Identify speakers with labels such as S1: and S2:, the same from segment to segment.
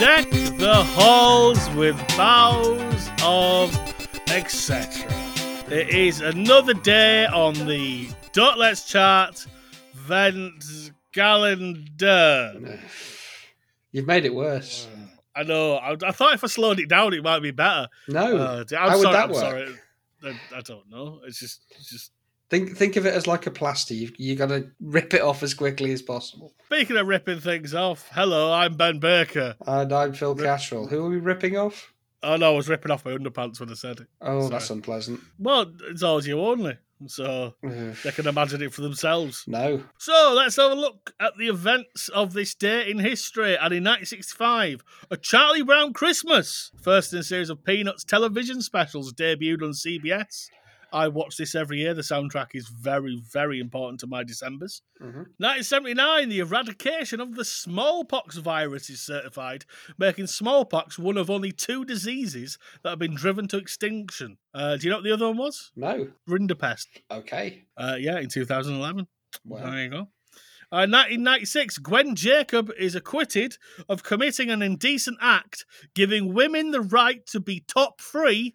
S1: deck the halls with boughs of etc. It is another day on the Dotlets chart, Vent Gallander.
S2: You've made it worse.
S1: I know. I, I thought if I slowed it down, it might be better.
S2: No.
S1: Uh, I'm
S2: Oh, How would
S1: sorry.
S2: that
S1: I'm
S2: work?
S1: sorry. I, I don't know. It's just, it's just.
S2: think think of it as like a plaster. You've you got to rip it off as quickly as possible.
S1: Speaking of ripping things off, hello, I'm Ben Baker.
S2: And Uh, I'm Phil
S1: Rip-
S2: Casserell. Who are we ripping off?
S1: Oh no, I was ripping off my underpants when I said it.
S2: Oh,
S1: Sorry.
S2: that's unpleasant.
S1: Well, it's audio only, so
S2: Ugh.
S1: they can imagine it for themselves.
S2: No.
S1: So let's have a look at the events of this day in history. And in 1965, A Charlie Brown Christmas, first in a series of Peanuts television specials, debuted on CBS. I watch this every year. The soundtrack is very, very important to my Decembers.
S2: Mhm.
S1: 1979, the eradication of the smallpox virus is certified, making smallpox one of only two diseases that have been driven to extinction. Uh, do you know what the other one was?
S2: No.
S1: Rinderpest.
S2: Okay.
S1: Uh, yeah, in 2011.
S2: Well,
S1: There you go. Uh, 1996, Gwen Jacob is acquitted of committing an indecent act, giving women the right to be top three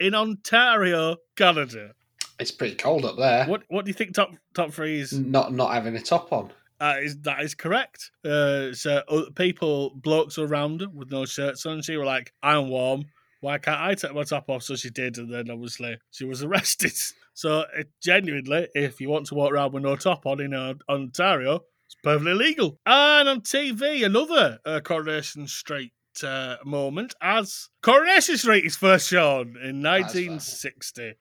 S1: in Ontario, Canada.
S2: it's pretty cold up there.
S1: What What do you think top top three is?
S2: Not not having a top on.
S1: Uh, is that is correct? Uh, so other people, blokes around her with no shirts on. She were like, "I'm warm. Why can't I take my top off?" So she did, and then obviously she was arrested. So it, genuinely, if you want to walk around with no top on in uh, Ontario, it's perfectly legal. And on TV, another uh, Coronation Street uh, moment as Coronation Street is first shown in
S2: fair.
S1: 1960.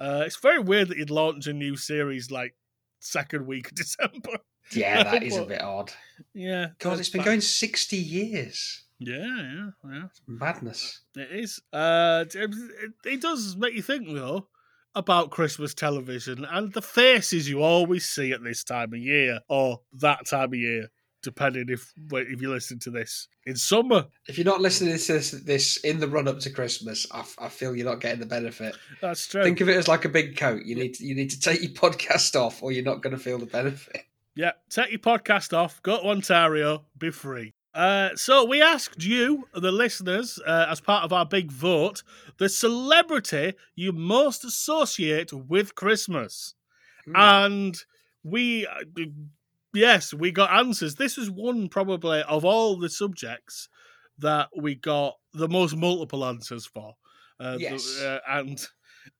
S1: Uh, it's very weird that you'd launch a new series like second week of December.
S2: Yeah, that is a
S1: What?
S2: bit odd.
S1: Yeah.
S2: God,
S1: that's
S2: it's been
S1: bad.
S2: going sixty years.
S1: Yeah, yeah,
S2: Madness.
S1: yeah. It is. Uh, it, it- it does make you think, though, about Christmas television and the faces you always see at this time of year or that time of year, depending if if you listen to this in summer.
S2: If you're not listening to this, this in the run up to Christmas, I, f- I feel you're not getting the benefit.
S1: That's true.
S2: Think of it as like a big coat. You need to, you need to take your podcast off, or you're not going to feel the benefit.
S1: Yeah, take your podcast off, go to Ontario, be free. Uh, so we asked you, the listeners, uh, as part of our big vote, the celebrity you most associate with Christmas.
S2: Mm.
S1: and we uh, d- yes we got answers this was one probably of all the subjects that we got the most multiple answers for uh, the-
S2: Yes.
S1: uh, and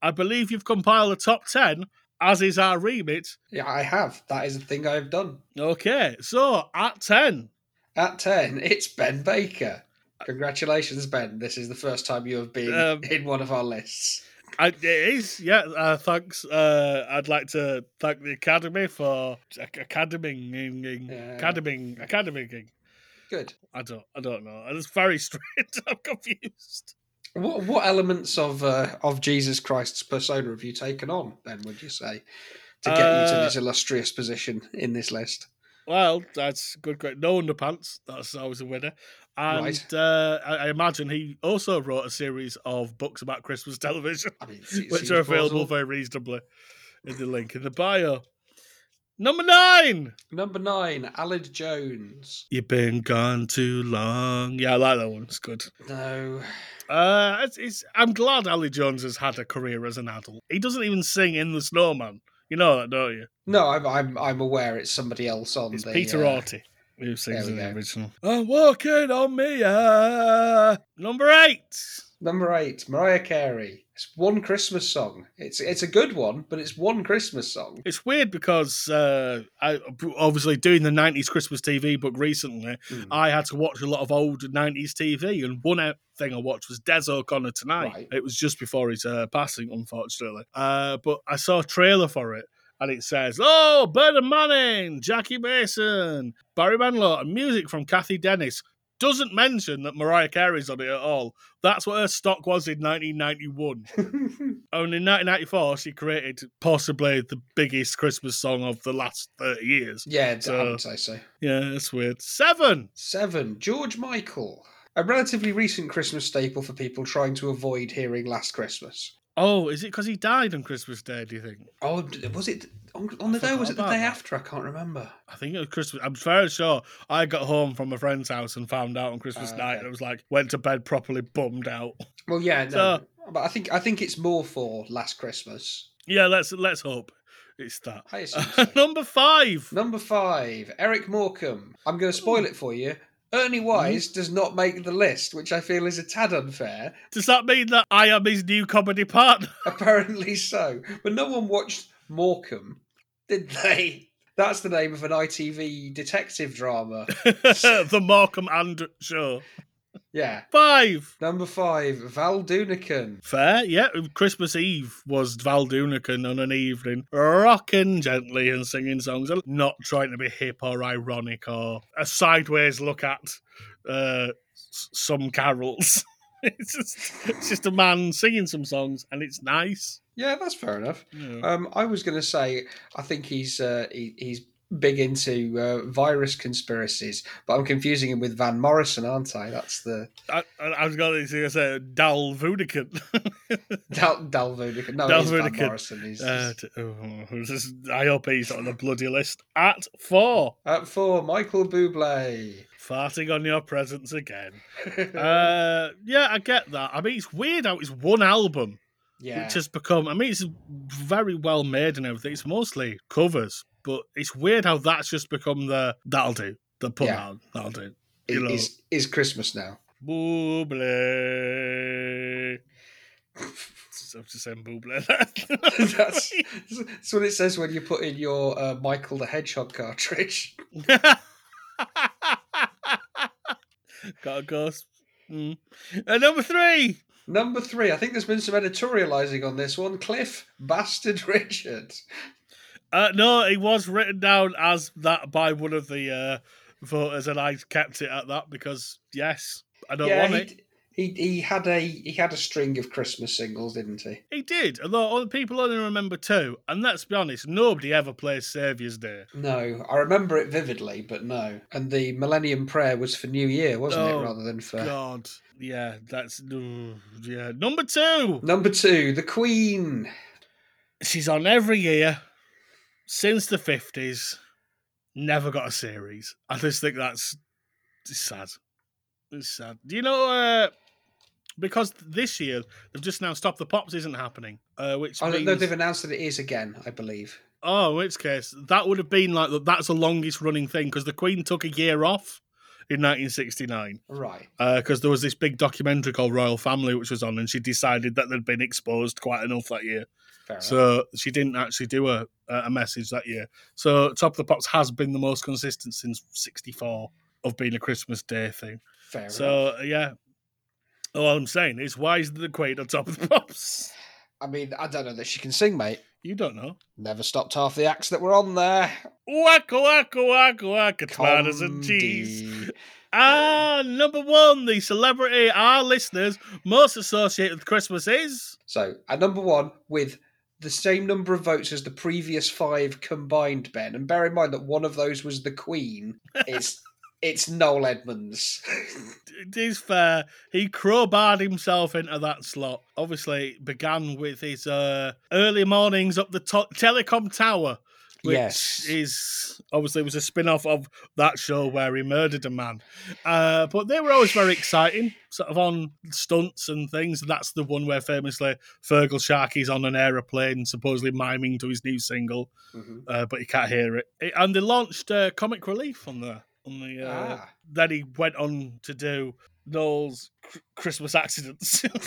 S1: i believe you've compiled a top 10 as is our remit
S2: Yeah, I have. That is a thing I've done.
S1: okay so at 10
S2: At 10, it's Ben Baker. Congratulations, Ben. This is the first time you have been
S1: Um,
S2: in one of our lists.
S1: I, it is yeah uh, thanks uh, i'd like to thank the academy for academying
S2: Yeah.
S1: academying academying
S2: Good.
S1: i don't i don't know it's very strange i'm confused
S2: What what elements of uh, of Jesus Christ's persona have you taken on? Then would you say to get you to
S1: Uh,
S2: this illustrious position in this list?
S1: Well, that's good. Great. No underpants. That's always a winner. And
S2: Right.
S1: uh, I, I imagine he also wrote a series of books about Christmas television,
S2: I mean, it se-
S1: which
S2: seems
S1: are available
S2: plausible.
S1: very reasonably in the link in the bio. Number nine.
S2: Number nine, Alad Jones.
S1: You've been gone too long. Yeah, I like that one. It's good.
S2: No,
S1: Uh, it's, it's, I'm glad Ali Jones has had a career as an adult. He doesn't even sing in The Snowman. You know that, don't you?
S2: no, I'm I'm, I'm aware it's somebody else on.
S1: It's
S2: the,
S1: Peter
S2: uh,
S1: Orty who sings
S2: we
S1: in the
S2: go.
S1: original. I'm walking on me. uh, Number eight.
S2: Number eight, Mariah Carey. It's one Christmas song. It's it's a good one, but it's one Christmas song.
S1: It's weird because uh, I obviously doing the '90s Christmas TV book recently.
S2: Mm.
S1: I had to watch a lot of old '90s TV, and one out- thing I watched was Des O'Connor Tonight.
S2: Right.
S1: It was just before his uh, passing, unfortunately. Uh, but I saw a trailer for it. And it says, "Oh, Bernard Manning, Jackie Mason, Barry Manilow, and music from Kathy Dennis." Doesn't mention that Mariah Carey's on it at all. That's what her stock was in 1991. And in 1994, she created possibly the biggest Christmas song of the last 30 years.
S2: yeah, I
S1: So-
S2: would say so.
S1: Yeah, that's weird. Seven.
S2: Seven, George Michael. A relatively recent Christmas staple for people trying to avoid hearing Last Christmas.
S1: Oh, is it because he died on Christmas Day, do you think?
S2: Oh, d- was it? on, on the day
S1: forgot
S2: was it the
S1: about
S2: day
S1: that.
S2: after? I can't remember.
S1: I think it was Christmas. I'm very sure I got home from a friend's house and found out on Christmas
S2: Ah,
S1: night,
S2: okay.
S1: and it was like went to bed properly bummed out.
S2: Well, yeah, no, but I think I think it's more for last Christmas.
S1: Yeah, let's let's hope it's that.
S2: I assume so.
S1: Number five.
S2: Number five, Eric Morecambe. I'm going to spoil it for you. Ernie Wise does not make the list, which I feel is a tad unfair.
S1: Does that mean that I am his new comedy partner?
S2: Apparently so. But no one watched Morecambe, did they? That's the name of an ITV detective drama.
S1: the Morecambe and Show.
S2: Yeah.
S1: Five.
S2: Number five, Val Dunican.
S1: Fair, yeah. Christmas Eve was Val Dunican on an evening, rocking gently and singing songs, and not trying to be hip or ironic or a sideways look at uh, s- some carols. it's, just, it's just a man singing some songs, and it's nice.
S2: Yeah, that's fair enough.
S1: Yeah.
S2: Um, I was going to say, I think he's uh, he, he's big into uh, virus conspiracies, but I'm confusing him with Van Morrison, aren't I? That's the
S1: I, I, I was going to say Dal Vudican.
S2: Dal, Dal Vunican. No,
S1: Dal
S2: it is Van
S1: Vunican.
S2: Morrison. He's,
S1: Uh, t- oh, this is- I hope he's not on the bloody list. At four,
S2: At four, Uh, Michael Bublé.
S1: farting on your presence again. Uh, yeah, I get that. I mean, it's weird how it's one album
S2: yeah.
S1: which has become. I mean, it's very well made and everything. It's mostly covers, but it's weird how that's just become the that'll do. The put
S2: Yeah.
S1: that on, that'll do.
S2: is,
S1: you know.
S2: is, is Christmas now.
S1: Buble. I'm just saying buble.
S2: that's, that's what it says when you put in your uh, Michael the Hedgehog cartridge.
S1: Got a ghost. Mm. Uh, number three.
S2: Number three, I think there's been some editorializing on this one. Cliff Bastard Richard.
S1: Uh, no, it was written down as that by one of the uh, voters, and I kept it at that because yes, I don't want it.
S2: he, he he had a he had a string of Christmas singles, didn't he?
S1: He did, although other people only remember two. And let's be honest, nobody ever plays Saviour's Day.
S2: No, I remember it vividly, but no. And the Millennium Prayer was for New Year, wasn't
S1: Oh,
S2: it, rather than for
S1: God, yeah, that's ooh, yeah. Number two.
S2: number two, the Queen.
S1: She's on every year since the fifties. Never got a series. I just think that's it's sad. It's sad. Do you know? Uh, because this year they've just now stopped the pops isn't happening, uh, which
S2: Oh, no,
S1: means
S2: no, they've announced that it is again, I believe.
S1: oh, in which case that would have been like the, that's the longest running thing because the Queen took a year off in 1969
S2: Right.
S1: because there was this big documentary called Royal Family which was on, and she decided that they'd been exposed quite enough that year.
S2: Fair enough.
S1: So she didn't actually do a a message that year. So Top of the Pops has been the most consistent since '64 of being a Christmas Day thing.
S2: Fair enough.
S1: So uh, yeah, all I'm saying is, why is the Queen on Top of the Pops?
S2: I mean, I don't know that she can sing, mate.
S1: You don't know.
S2: Never stopped half the acts that were on there.
S1: Waka waka waka waka tomatoes and cheese.
S2: Comedy.
S1: Ah, number one, the celebrity our listeners most associated with Christmas is.
S2: So at number one with the same number of votes as the previous five combined, Ben, and bear in mind that one of those was the Queen. It's it's Noel Edmonds.
S1: It is fair. He crowbarred himself into that slot. Obviously, it began with his uh, early mornings up the to- telecom tower, which
S2: Yes.
S1: is obviously was a spin-off of that show where he murdered a man. Uh, but they were always very exciting, sort of on stunts and things. That's the one where famously Fergal Sharkey's on an aeroplane, supposedly miming to his new single,
S2: Mhm.
S1: uh, but you can't hear it. It- And they launched uh, Comic Relief on the on the. Uh,
S2: Ah.
S1: then he went on to do Noel's cr- Christmas accidents.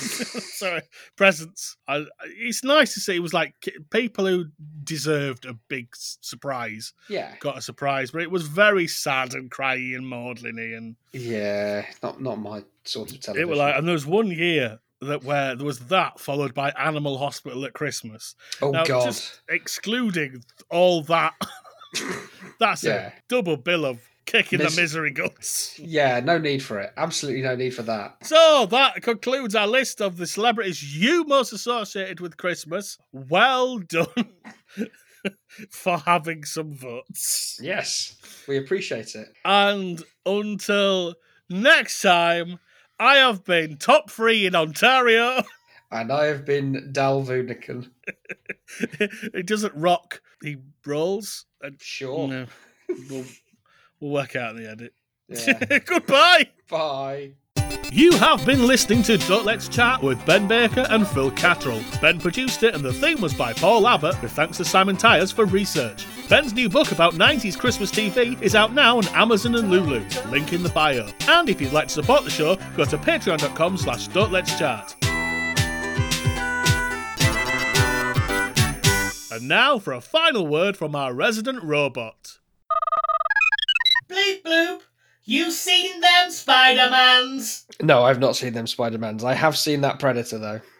S1: Sorry, presents. I, it's nice to see. It was like ki- people who deserved a big s- surprise
S2: Yeah.
S1: got a surprise, but it was very sad and cryy and maudlin-y and
S2: Yeah. Not not my sort of
S1: it
S2: television.
S1: was like. um, And there was one year that where there was that followed by Animal Hospital at Christmas,
S2: oh
S1: now,
S2: god.
S1: just- excluding all that. That's
S2: Yeah.
S1: a double bill of kicking
S2: Mis-
S1: the misery guts.
S2: Yeah, no need for it. Absolutely no need for that.
S1: So that concludes our list of the celebrities you most associated with Christmas. Well done for having some votes.
S2: Yes. We appreciate it.
S1: And until next time, I have been top three in Ontario.
S2: and I have been Dal Vunican.
S1: he doesn't rock, he rolls. And,
S2: Sure.
S1: no, we'll, we'll work out the edit.
S2: Yeah.
S1: Goodbye.
S2: Bye.
S1: You have been listening to Don't Let's Chat with Ben Baker and Phil Cattrall. Ben produced it, and the theme was by Paul Abbott, with thanks to Simon Tyers for research. Ben's new book about 90s Christmas TV is out now on Amazon and Lulu. Link in the bio. And if you'd like to support the show, go to patreon.com slash don't let's chat. And now for a final word from our resident robot.
S3: Bloop bloop. You seen them Spider-Mans?
S2: No, I've not seen them Spider Mans. I have seen that Predator though.